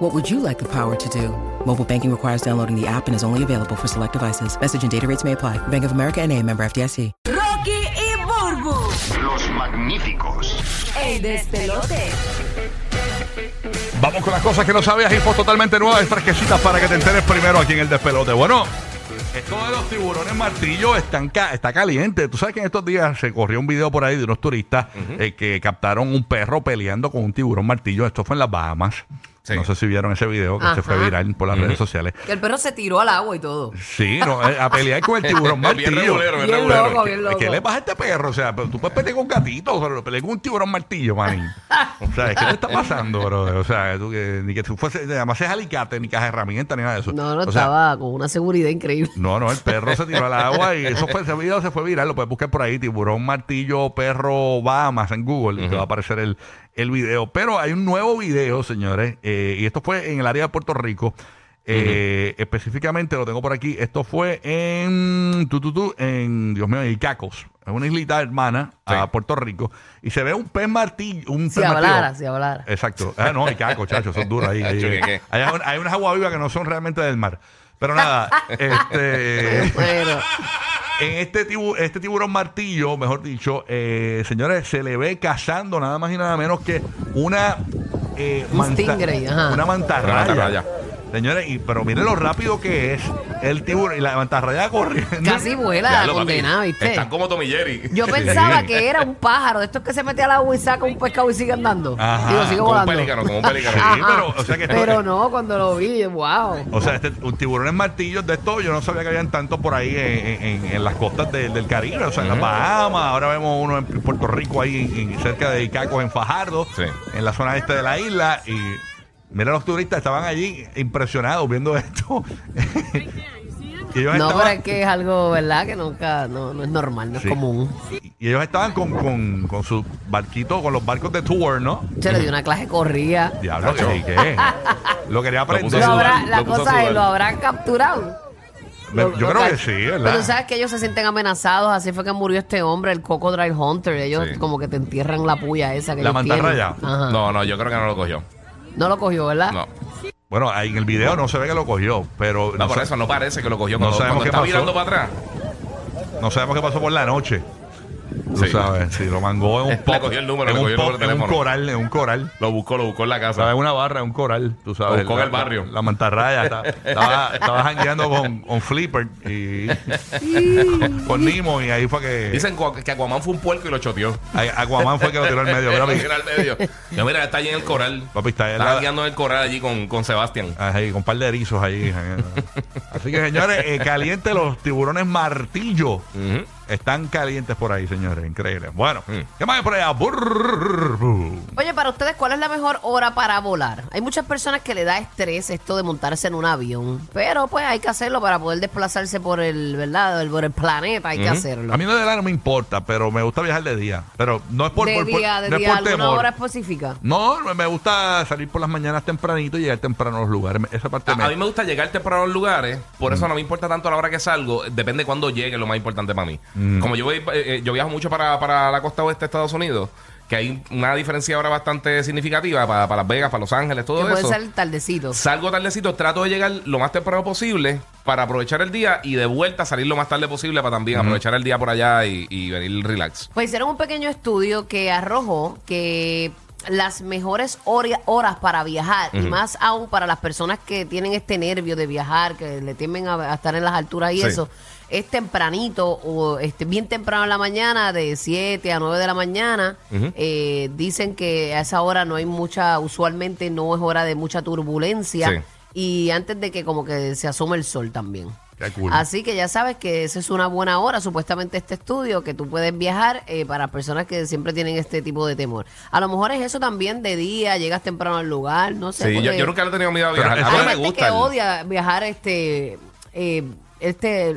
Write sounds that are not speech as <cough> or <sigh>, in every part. What would you like the power to do? Mobile banking requires downloading the app and is only available for select devices. Message and data rates may apply. Bank of America and a member FDIC. Rocky y Burbu, Los magníficos. el despelote. Vamos con las cosas que no sabías, infos totalmente nuevas, fresquecitas para que te enteres primero aquí en el despelote. Bueno, esto de los tiburones martillo están ca- está caliente. Tú sabes que en estos días se corrió un video por ahí de unos turistas eh, que captaron un perro peleando con un tiburón martillo. Esto fue en las Bahamas. No sé si vieron ese video que se fue viral por las redes sociales. Que el perro se tiró al agua y todo. Sí, no, eh, a pelear con el tiburón martillo. regulero, Bien regulero. loco, bien ¿Qué- loco. ¿Qué le pasa a este perro? O sea, pero tú puedes pelear con gatitos, pero lo peleas con un tiburón martillo, manín. O sea, ¿qué te está pasando, bro? O sea, tú que, ni que tú fuese, además es alicate, ni caja de herramientas, ni nada de eso. No, no O sea, estaba con una seguridad increíble. <laughs> no, no, el perro se tiró al agua y eso fue, ese video se fue viral. Lo puedes buscar por ahí, tiburón, martillo, perro, Bahamas en Google. y Te va a aparecer el, el video. Pero hay un nuevo video, señores, eh, y esto fue en el área de Puerto Rico. Eh, Específicamente, lo tengo por aquí. Esto fue en. tu, tu, tu, en. Dios mío, en Icacos. Es una islita hermana a Puerto Rico. Y se ve un pez martillo. Un Si pez martillo. hablara, si hablara. Exacto. Ah, no, hay caco, chacho, son duras ahí. ahí, <laughs> Chacho, eh. ¿qué, qué? hay, hay unas aguas vivas que no son realmente del mar. Pero <laughs> nada, este, Bueno, en este, tibu- este tiburón martillo, mejor dicho, eh, señores, se le ve cazando nada más y nada menos que una eh, Un stingray, ajá. una mantarraya. Una mantarraya. Señores, y, pero miren lo rápido que es el tiburón y la mantarraya corriendo. casi vuela la Diablo, papi. condenada, ¿viste? Están como Tommy Jerry. Yo pensaba que era un pájaro de estos que se mete al agua y saca un pescado y sigue andando. Ajá, Digo, sigue como un volando. pelícano, como un Ajá. pelícano. Sí, pero, o sea que esto- Pero no, cuando lo vi, wow. O sea, este, un tiburones martillos de estos, yo no sabía que habían tantos por ahí en, en- en las costas del- del Caribe, o sea, en las Bahamas, ahora vemos uno en Puerto Rico, ahí en- en- cerca de Icacos, en Fajardo, Sí. en la zona este de la isla, y mira los turistas, estaban allí impresionados viendo esto. <laughs> y, ellos No, pero estaban, es que es algo, ¿verdad? Que nunca, no, no es normal, no Sí. es común. y ellos estaban con, con, con sus barquitos, con los barcos de tour, ¿no? Se le dio una clase corría. Diablo, Nacho. ¿qué? ¿Qué? Lo quería puso aprender. a Lo sudar, habrá- la lo puso a cosa es, sudar. ¿lo habrán capturado? Me- Lo- yo lo creo ca- que sí, ¿verdad? Pero sabes que ellos se sienten amenazados. Así fue que murió este hombre, el Crocodile Hunter. Ellos Sí. como que te entierran la puya esa que La ellos mantarraya. tienen. Ajá. No, no, yo creo que no lo cogió. No lo cogió, ¿verdad? No. Bueno, ahí en el video no se ve que lo cogió, pero No, por sé- eso no parece que lo cogió. No Cuando, sabemos cuando qué está pasó. mirando para atrás, No sabemos qué pasó por la noche. Tú Sí. sabes, si lo mangó en un Le pop, cogió el número, en le un cogió el pop, número de en un teléfono. coral, en un coral. lo buscó, lo buscó en la ¿Sabes? casa. Una barra, en un coral, tú sabes. Lo buscó en La- el barrio. La, mantarraya. está- estaba, estaba jangueando con, con Flipper y con, con Nemo y ahí fue que Dicen cua- que Aquaman fue un puerco y lo choteó. a- Aquaman fue que lo tiró al medio. Era Mira, papi, al medio. Yo, mira, está allí en el coral. Papi, está en Estaba la- guiando en el coral allí con, con Sebastián. ahí, con un par de erizos ahí. Así que, señores, eh, caliente los tiburones martillo. Ujú. Están calientes por ahí, señores. Increíble. Bueno, Mm. ¿qué más hay por allá? Burr. Oye, para ustedes, ¿cuál es la mejor hora para volar? Hay muchas personas que le da estrés esto de montarse en un avión, pero pues hay que hacerlo para poder desplazarse por el, ¿verdad? El- Por el planeta, hay que hacerlo. A mí lo de la no me importa, pero me gusta viajar de día. Pero no es por, de por- por- día, de no es día, por alguna temor. hora específica. No, me- me gusta salir por las mañanas tempranito y llegar temprano a los lugares. Me- Esa parte Ah, A, me... a mí me gusta llegar temprano a los lugares, por eso no me importa tanto la hora que salgo, depende de cuándo llegue, lo más importante para mí. Mm. Como yo, voy, eh, eh, yo viajo mucho para, para la costa oeste de Estados Unidos, que hay una diferencia ahora bastante significativa para, para Las Vegas, para Los Ángeles, Que todo puede eso. ser tardecito. Salgo tardecito, trato de llegar lo más temprano posible para aprovechar el día y de vuelta salir lo más tarde posible para también aprovechar el día por allá y, y venir relax. Pues hicieron un pequeño estudio que arrojó que las mejores hori- horas para viajar, y más aún para las personas que tienen este nervio de viajar, que le temen a, a estar en las alturas y Sí. eso, es tempranito o este, bien temprano en la mañana, de 7 a 9 de la mañana. Eh, dicen que a esa hora no hay mucha, usualmente no es hora de mucha turbulencia. Sí. Y antes de que como que se asome el sol también. Qué cool. Así que ya sabes que esa es una buena hora, supuestamente este estudio, que tú puedes viajar eh, para personas que siempre tienen este tipo de temor. A lo mejor es eso también de día, llegas temprano al lugar, no sé. Sí, yo, porque yo nunca le he tenido miedo a Pero viajar. eso A mí hay no me gente gusta. que el- odia viajar este eh, este eh,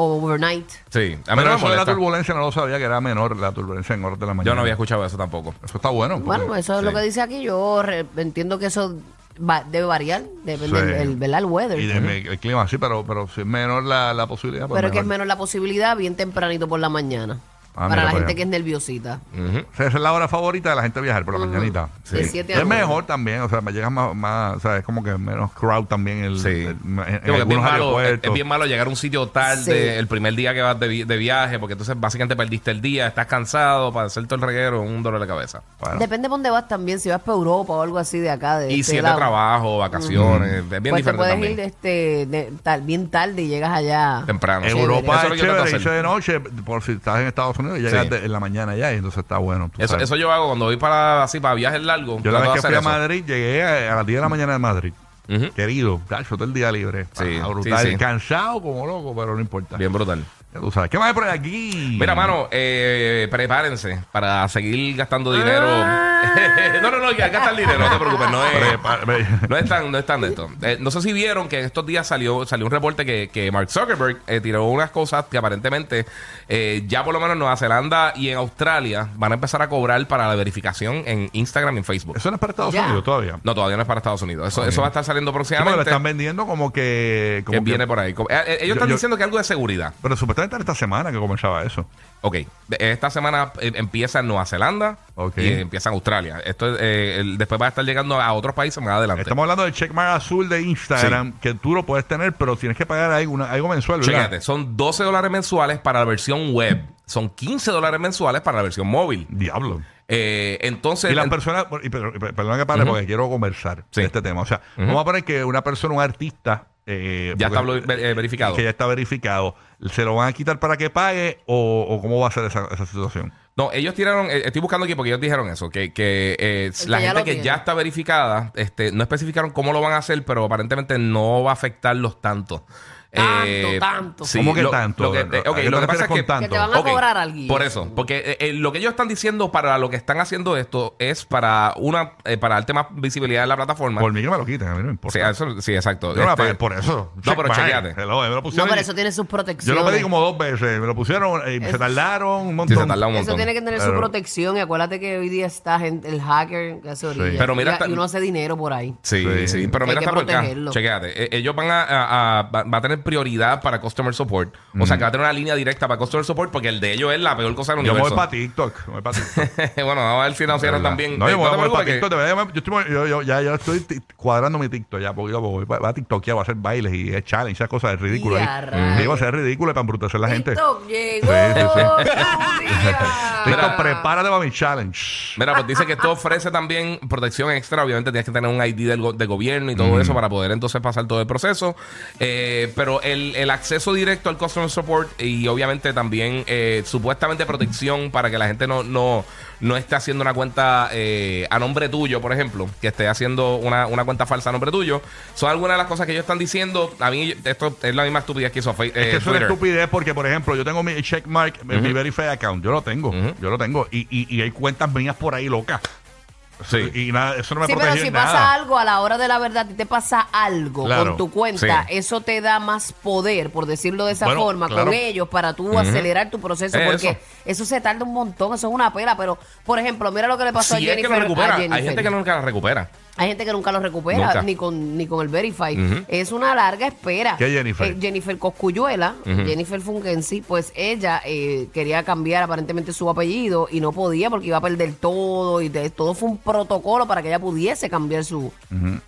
overnight. Sí, a mí Pero eso no me de la molesta. turbulencia no lo sabía que era menor la turbulencia en horas de la mañana. Yo no había escuchado eso tampoco. Eso está bueno. porque- Bueno, eso es lo sí. que dice aquí. Yo re- entiendo que eso va- debe variar, depende Sí. del el, ¿verdad? El weather. Y de- el clima, sí, pero, pero si es menor la, la posibilidad. pues Pero es que es mejor. menos la posibilidad bien tempranito por la mañana. Ah, mira para la para gente allá. que es nerviosita. O sea, esa es la hora favorita de la gente viajar por la mañanita. Sí. Mm, De siete a Es nueve. mejor también, o sea, me llegas más, más, o sea, es como que menos crowd también el, Sí. el- en, en Como que Eh, es, bien algunos malo, es, aeropuertos. es bien malo llegar a un sitio tarde Sí. el primer día que vas de, vi- de viaje, porque entonces básicamente perdiste el día, estás cansado para hacer todo el reguero, un dolor de cabeza. Bueno. Depende de dónde vas también, si vas para Europa o algo así de acá. De y este si es de lado. trabajo, vacaciones, es pues bien te diferente puedes también. ir este, de- tal- bien tarde y llegas allá. Temprano. En sí. Europa es Eso lo que yo trato de chévere, hacer. hice de noche, por si estás en Estados Unidos, y llegas Sí. de- en la mañana ya, y entonces está bueno. tú Eso, sabes. eso yo hago cuando voy para así para viajes largos. Yo la trato vez que de fui a hacer eso. Madrid, llegué a, a las 10 de la mañana de Madrid. Ujú. Querido, tacho, todo el día libre. Sí, Ah, brutal. sí, sí. Cansado como loco, pero no importa. Bien brutal. Ya tú sabes. ¿Qué más hay por aquí? Mira, mano, eh, prepárense para seguir gastando dinero. Ah. <laughs> no, no, no, ya gastar dinero, no te preocupes, no es. Prepa- ve- eh, No es tan, no es tan de esto. Eh, no sé si vieron que en estos días salió, salió un reporte que, que Mark Zuckerberg eh, tiró unas cosas que aparentemente eh, ya por lo menos en Nueva Zelanda y en Australia van a empezar a cobrar para la verificación en Instagram y en <laughs> Facebook. Eso no es para Estados Ya. Unidos todavía. No, todavía no es para Estados Unidos. Eso, eso va a estar saliendo Sí, porque lo próximamente. están vendiendo como que. que Como que- viene por ahí. Co- eh, eh, Ellos Yo- están yo- diciendo que algo de seguridad. Pero supuestamente era esta semana que comenzaba eso. Ok, de- esta semana eh, empieza en Nueva Zelanda Ok. y empieza en Australia. Esto eh, el- después va a estar llegando a otros países más adelante. Estamos hablando del checkmark azul de Instagram, que tú lo puedes tener, pero tienes que pagar algo, una- algo mensual, ¿verdad? Chécate, son 12 dólares mensuales para la versión web. Son 15 dólares mensuales para la versión móvil. Diablo. Eh, entonces, Y las en- personas, y per- per- perdón que pare porque quiero conversar Sí. de este tema. O sea, vamos a poner que una persona, un artista, eh, ya está porque- blo- ver- eh, verificado. que ya está verificado, ¿se lo van a quitar para que pague o, o cómo va a ser esa, esa situación? No, ellos tiraron, eh, estoy buscando aquí porque ellos dijeron eso, que, que, eh, que la ya gente lo que tiene. ya está verificada, este, no especificaron cómo lo van a hacer, pero aparentemente no va a afectarlos tanto. Eh, Tanto, tanto. ¿Cómo que tanto? Lo que, ¿A qué eh, ok, te lo que refieres pasa es con que tanto? Que te van a Ok, cobrar algo. Por eso, porque eh, eh, lo que ellos están diciendo para lo que están haciendo esto es para una eh, para darte más visibilidad en la plataforma. Por mí que me lo quitan, a mí no me sí, importa. eso- sí, exacto. yo no la Este, pagué por eso. No, pero Checkmark. chequeate. Hello, me lo No, pusieron pero y- eso tiene sus yo protecciones. lo pedí como dos veces, me lo pusieron, eh, se Eso- tardaron un sí, montón. se tarda un Eso montón. tiene que tener su Claro. protección. Y acuérdate que hoy día está gen- el hacker que hace orilla. Pero Y- mira, está- y uno hace dinero por ahí. Sí, Sí. sí, Pero Que hay mira, que está por acá. protegerlo. Chequéate. Eh, ellos van a, a- a- va, va a tener prioridad para Customer Support. O sea, que va a tener una línea directa para Customer Support porque el de ellos es la peor cosa del Mm. Yo me voy universo. para TikTok. Me voy para TikTok. <laughs> bueno, vamos a ver si nos cierran también. No, Eh, yo voy te a poner para preocupes TikTok. que- de verdad, Yo, estoy- yo- yo- ya, ya estoy ti- cuadrando mi TikTok. Ya, porque yo voy para a TikTok, ya voy a hacer bailes y es challenge, esas cosas es ridículo. ¿eh? Y a ahí. rayos. Digo, es ridículo para embrutecer la gente. TikTok llegó. Sí, sí, <laughs> Lucía. TikTok, prepárate para mi challenge. Mira, pues dice que esto ofrece también protección extra. Obviamente tienes que tener un ID del, go- del gobierno y todo eso para poder entonces pasar todo el proceso. Eh, pero el, el acceso directo al Customer Support y obviamente también eh, supuestamente protección para que la gente no, no, no esté haciendo una cuenta eh, a nombre tuyo, por ejemplo, que esté haciendo una, una cuenta falsa a nombre tuyo. Son algunas de las cosas que ellos están diciendo. A mí esto es la misma estupidez que hizo Fe- Es eh, que es una Twitter. estupidez porque, por ejemplo, yo tengo mi checkmark, mi- mi Verify account. Yo lo tengo, yo lo tengo. Y, y, y hay cuentas mías por ahí locas. Sí. Y nada, eso no me Sí, protege pero en si nada. pasa algo a la hora de la verdad y te pasa algo Claro, con tu cuenta, sí. eso te da más poder, por decirlo de esa Bueno, forma, claro. con ellos para tú acelerar tu proceso, Es porque eso. eso. se tarda un montón, eso es una pela. Pero, por ejemplo, mira lo que le pasó Si a es que Jennifer. lo a recupera, Jennifer. hay gente que nunca la recupera. Hay gente que nunca lo recupera, Nunca. ni con ni con el Verify. Ujú. Es una larga espera. ¿Qué Jennifer? Eh, Jennifer Coscuyuela, Jennifer Fungensi, pues ella eh, quería cambiar aparentemente su apellido y no podía porque iba a perder todo y de- todo fue un protocolo para que ella pudiese cambiar su,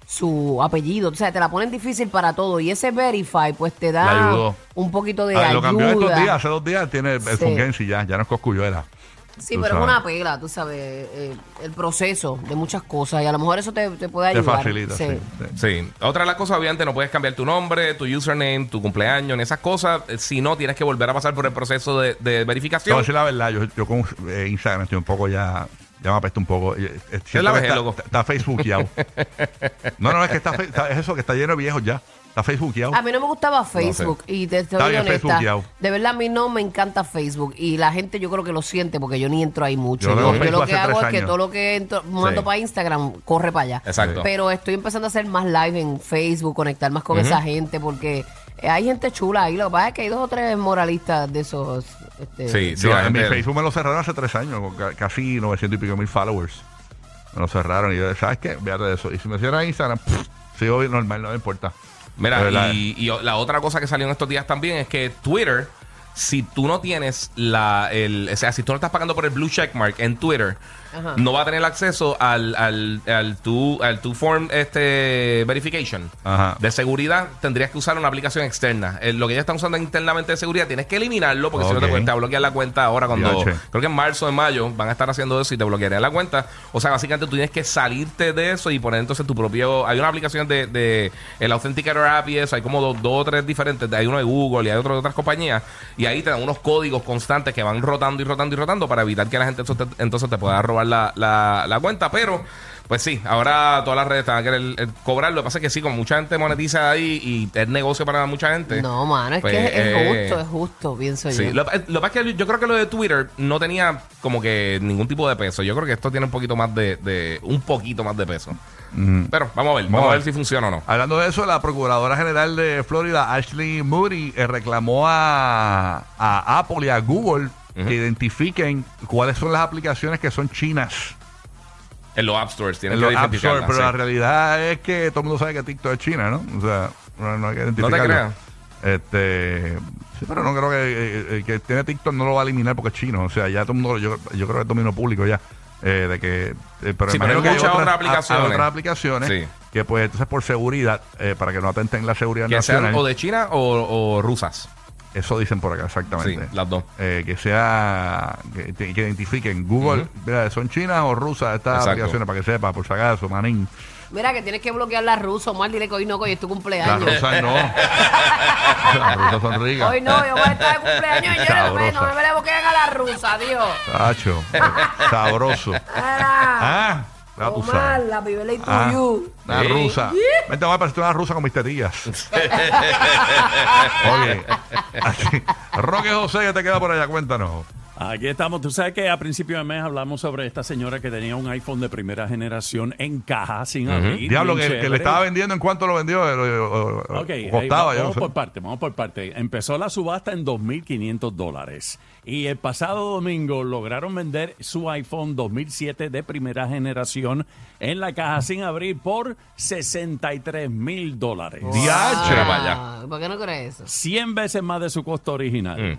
su apellido. O sea, te la ponen difícil para todo y ese Verify pues te La da ayudó. un poquito de Ah, ayuda. Lo cambió estos días, hace dos días tiene el Sí. Fungensi ya, ya no es Coscuyuela. Sí, Tú pero es sabes. una pela, tú sabes, eh, el proceso de muchas cosas y a lo mejor eso te, te puede Te ayudar. facilita, sí. sí. Sí. Otra de las cosas, obviamente, no puedes cambiar tu nombre, tu username, tu cumpleaños, ni esas cosas. Eh, Si no, tienes que volver a pasar por el proceso de, de Te voy a verificación. decir la verdad, yo, yo con eh, Instagram estoy un poco ya. Ya me apesta un poco. Eh, eh, siento Es la que vejez, está, loco. está- está facebookeado. no, no, es que está, fe- está- es eso, que está lleno de viejos ya. Está facebookeado. A mí no me gustaba Facebook y te estoy Está bien, honesta. Facebookeado. De verdad, a mí no me encanta Facebook y la gente yo creo que lo siente porque yo ni entro ahí mucho. Yo Yo, lo veo yo lo Facebook que hace hago tres es que años. todo lo que entro- mando Sí. para Instagram corre para allá. Exacto. Pero estoy empezando a hacer más live en Facebook, conectar más con esa gente porque Eh, hay gente chula ahí, lo que pasa es que hay dos o tres moralistas de esos. este, Sí, sí, Digo, la en mi gente- Facebook me lo cerraron hace tres años, con ca- casi 900 y pico mil followers. Me lo cerraron y yo, ¿sabes qué? Véate de eso. Y si me cierran Instagram, pff, sigo bien normal, no me importa. De verdad. Mira, y, y o- la otra cosa que salió en estos días también es que Twitter, si tú no tienes la. El, o sea, si tú no estás pagando por el blue checkmark en Twitter, no va a tener acceso al, al, al tu, al tu form este, verification. Ajá. De seguridad, tendrías que usar una aplicación externa. Eh, lo que ya están usando internamente de seguridad, tienes que eliminarlo porque si no te, Ok. pueden- te va a bloquear la cuenta ahora cuando. Diache. Creo que en marzo o en mayo van a estar haciendo eso y te bloquearían la cuenta. O sea, básicamente tú tienes que salirte de eso y poner entonces tu propio. Hay una aplicación de, de el Authenticator app y eso. Hay como dos, dos o tres diferentes. Hay uno de Google y hay otro de otras compañías. Y ahí te dan unos códigos constantes que van rotando y rotando y rotando para evitar que la gente entonces te, entonces te pueda robar la, la- la cuenta. Pero. Pues sí, ahora todas las redes están a querer eh, cobrar. Lo que pasa es que sí, como mucha gente monetiza ahí y es negocio para mucha gente. No, mano, es Pues, que es, eh, justo, es justo, pienso Sí, yo. lo, eh, lo que pasa es que yo creo que lo de Twitter no tenía como que ningún tipo de peso. Yo creo que esto tiene un poquito más de, de- un poquito más de peso. Mm. Pero vamos a ver, vamos, a ver si funciona o no. Hablando de eso, la Procuradora General de Florida, Ashley Moody, eh, reclamó a, a Apple y a Google que identifiquen cuáles son las aplicaciones que son chinas. En los App Stores tienen En que los App Store, identificarla, pero sí. la realidad es que todo el mundo sabe que TikTok es China, ¿no? O sea, no, no hay que identificarlo. creas. Este, sí, pero no creo que eh, el que tiene TikTok no lo va a eliminar porque es chino. O sea, ya todo el mundo, yo, yo creo que es dominio público ya. eh, de que, eh, pero Sí, pero imagino hay que muchas otras- otras a- a aplicaciones. otras aplicaciones Sí. que pues entonces por seguridad, eh, para que no atenten la seguridad Que sean nacional. o de China o, o rusas. Eso dicen por acá, exactamente. Sí, las dos. Eh, que sea, que, que identifiquen Google, mira, son chinas o rusas estas Exacto. aplicaciones, para que sepa, por si acaso, manín. Mira que tienes que bloquear la rusa, Omar, dile que hoy no, que hoy es tu Las cumpleaños. rusas no. Las rusas son ricas. Hoy no, yo voy a estar de cumpleaños y yo no me, no Sabrosa. me le bloquean a la rusa, Dios. Tacho, eh, sabroso. Mira, Ah, la tú Omar, sabes. la pibela y tu Ah, you. una Sí. rusa. Vente, vamos a parecer una rusa con mis tetillas. Oye, así, Roque José, que te queda por allá? Cuéntanos. Aquí estamos. Tú sabes que a principio de mes hablamos sobre esta señora que tenía un iPhone de primera generación en caja sin abrir. Diablo, bien que, que le chévere. estaba vendiendo, ¿en cuánto lo vendió? Eh, lo- o- o- Ok, eh, costaba, yo no vamos sé. por parte, vamos por parte. Empezó la subasta en 2.500 dólares y el pasado domingo lograron vender su iPhone 2007 de primera generación en la caja sin abrir por 63 mil dólares. Diache. Mira para allá. Ah, ¿Por qué no crees eso? 100 veces más de su costo Mm. original.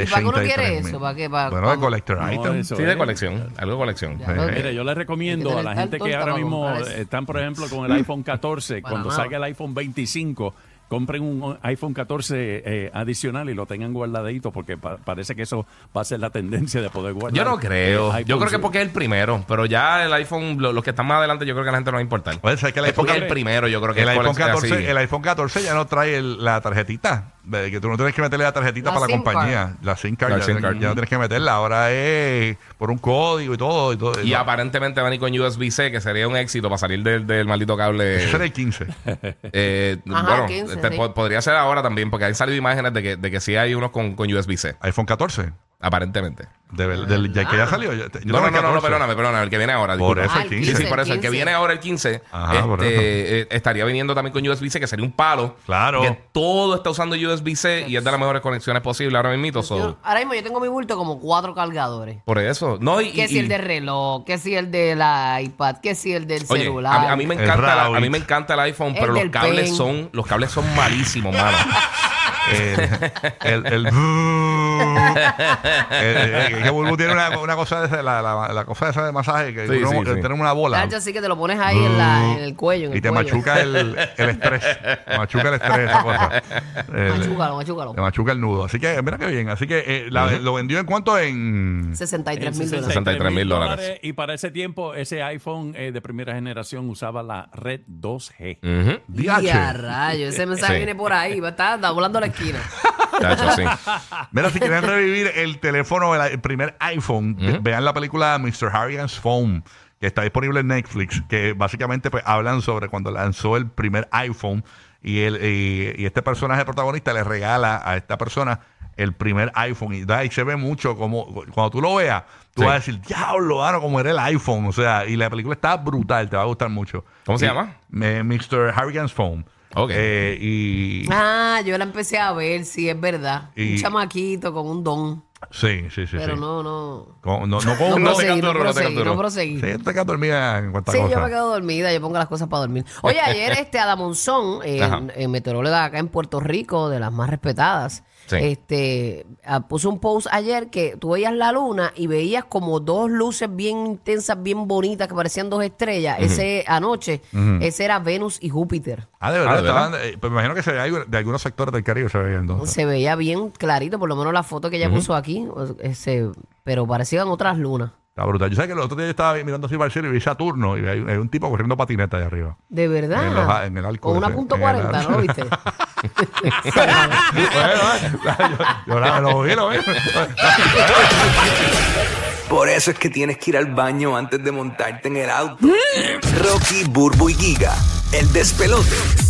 ¿Y para qué uno quiere 63.000. eso? ¿Para qué? ¿Para- bueno, de para- collector No, item. eso Sí, de es. colección. Algo de colección. Ya, Eh. ok. Mira, yo les Hay recomiendo que a la tener gente tanto que ahora para mismo comprar eso. eh, están, por ejemplo, con <clears throat> el iPhone 14, Para cuando nada. salga el iPhone 25, compren un iPhone 14 eh, adicional y lo tengan guardadito, porque pa- parece que eso va a ser la tendencia de poder guardar. Yo no creo. yo eh, iPhone. creo que porque es el primero. Pero ya el iPhone, lo- los que están más adelante, yo creo que a la gente no va a importar. Puede ser Pues que el es porque es iPhone- el primero, yo creo que El es iPhone, colec- 14, así. el iPhone 14 ya no trae el- la tarjetita. de Que tú no tienes que meterle la tarjetita La para la SIM card. compañía. La SIM card, La ya, SIM no- card. ya no tienes que meterla. Ahora es por un código y todo. Y, todo, Y No, aparentemente van a ir con USB-C, que sería un éxito para salir del, del maldito cable. <laughs> ese era el 15. Eh, Ajá, bueno, 15, te- sí. po- podría ser ahora también, porque han salido imágenes de que, de que sí hay unos con, con USB-C, iPhone 14. aparentemente. De, ver- del- ya que ya salió. Yo, yo tengo No, no, el no, no, 14. perdóname, perdóname, el que viene ahora. Por disculpa. eso Ah, el el Sí, 15. sí, el por eso, el que 15. viene ahora, el 15, Ajá, por este, eh, estaría viniendo también con USB-C, que sería un palo. Claro. Que todo está usando USB-C y es de las mejores conexiones posibles ahora mismo. so, Yo- ahora mismo yo tengo en mi bulto como cuatro cargadores. por eso. No, y, Que y- si el de reloj, que si el de la iPad, que si el del Oye, celular. a, mí- a mí me El encanta la- a Rabbit. mí me encanta el iPhone, El pero los del cables pen. son los cables son malísimos, mano. <laughs> El. el, el, el- el- el- eh, que Bulbu tiene una, una cosa de esa, la, la, la cosa esa de masaje. Que Sí, uno- sí, que sí. tiene una bola. Tacho, así que te lo pones ahí en, la- en el cuello. en Y el te cuello. machuca el, el estrés. Te machuca el estrés esa cosa. El- Machúcalo, machúcalo. Te machuca el nudo. Así que, mira qué bien. Así que eh, la- lo vendió en cuánto en. 63 En mil dólares. 63 mil dólares. Y para ese tiempo, ese iPhone eh, de primera generación usaba la red 2G. Ujú. Y a DH. rayo, ese mensaje Sí. viene por ahí, va a estar da- volando a la esquina. Chacho, sí. Mira, si <laughs> quieren revivir el teléfono, el, el primer iPhone, ve- vean la película Mr. Harrigan's Phone, que está disponible en Netflix, que básicamente pues, hablan sobre cuando lanzó el primer iPhone y, el, y, y este personaje protagonista le regala a esta persona el primer iPhone. Y, da, y se ve mucho como cuando tú lo veas, tú Sí. vas a decir, diablo, mano, como era el iPhone. O sea, y la película está brutal, te va a gustar mucho. ¿Cómo se Y- llama? eh, Mr. Harrigan's Phone. Ok. Eh, y Ah, yo la empecé a ver, sí, es verdad. Y- Un chamaquito con un don. sí, sí, sí. Pero sí. no, no. Con- no, <laughs> no No con No una- te proseguí, no capturo, no te proseguí, capturo. no proseguí. Sí, tú te quedas dormida en cuantas Sí, yo cosas. me quedo dormida, yo pongo las cosas para dormir. <laughs> Oye, ayer este Ada Monzón, eh, Ajá. eh, meteoróloga acá en Puerto Rico, de las más respetadas, Sí. este ah, puso un post ayer que tú veías la luna y veías como dos luces bien intensas, bien bonitas, que parecían dos estrellas. Ese anoche, ese era Venus y Júpiter. Ah, de verdad. Ah, ¿de verdad? estaban- eh, pues me imagino que se veía algo- de algunos sectores del Caribe se veía entonces. Se veía bien clarito, por lo menos la foto que ella puso aquí, o- ese, pero parecían otras lunas. Está brutal. Yo sé que el otro día yo estaba mirando así para el cielo y vi Saturno y hay, hay un tipo corriendo patineta de arriba. De verdad. En los a- en el arco Con una ese, punto en el cuarenta, arco. ¿no viste? <laughs> <laughs> Bueno, yo, yo la- lo vi, lo vi. Por eso es que tienes que ir al baño antes de montarte en el auto. Rocky, Burbu y Giga, el despelote.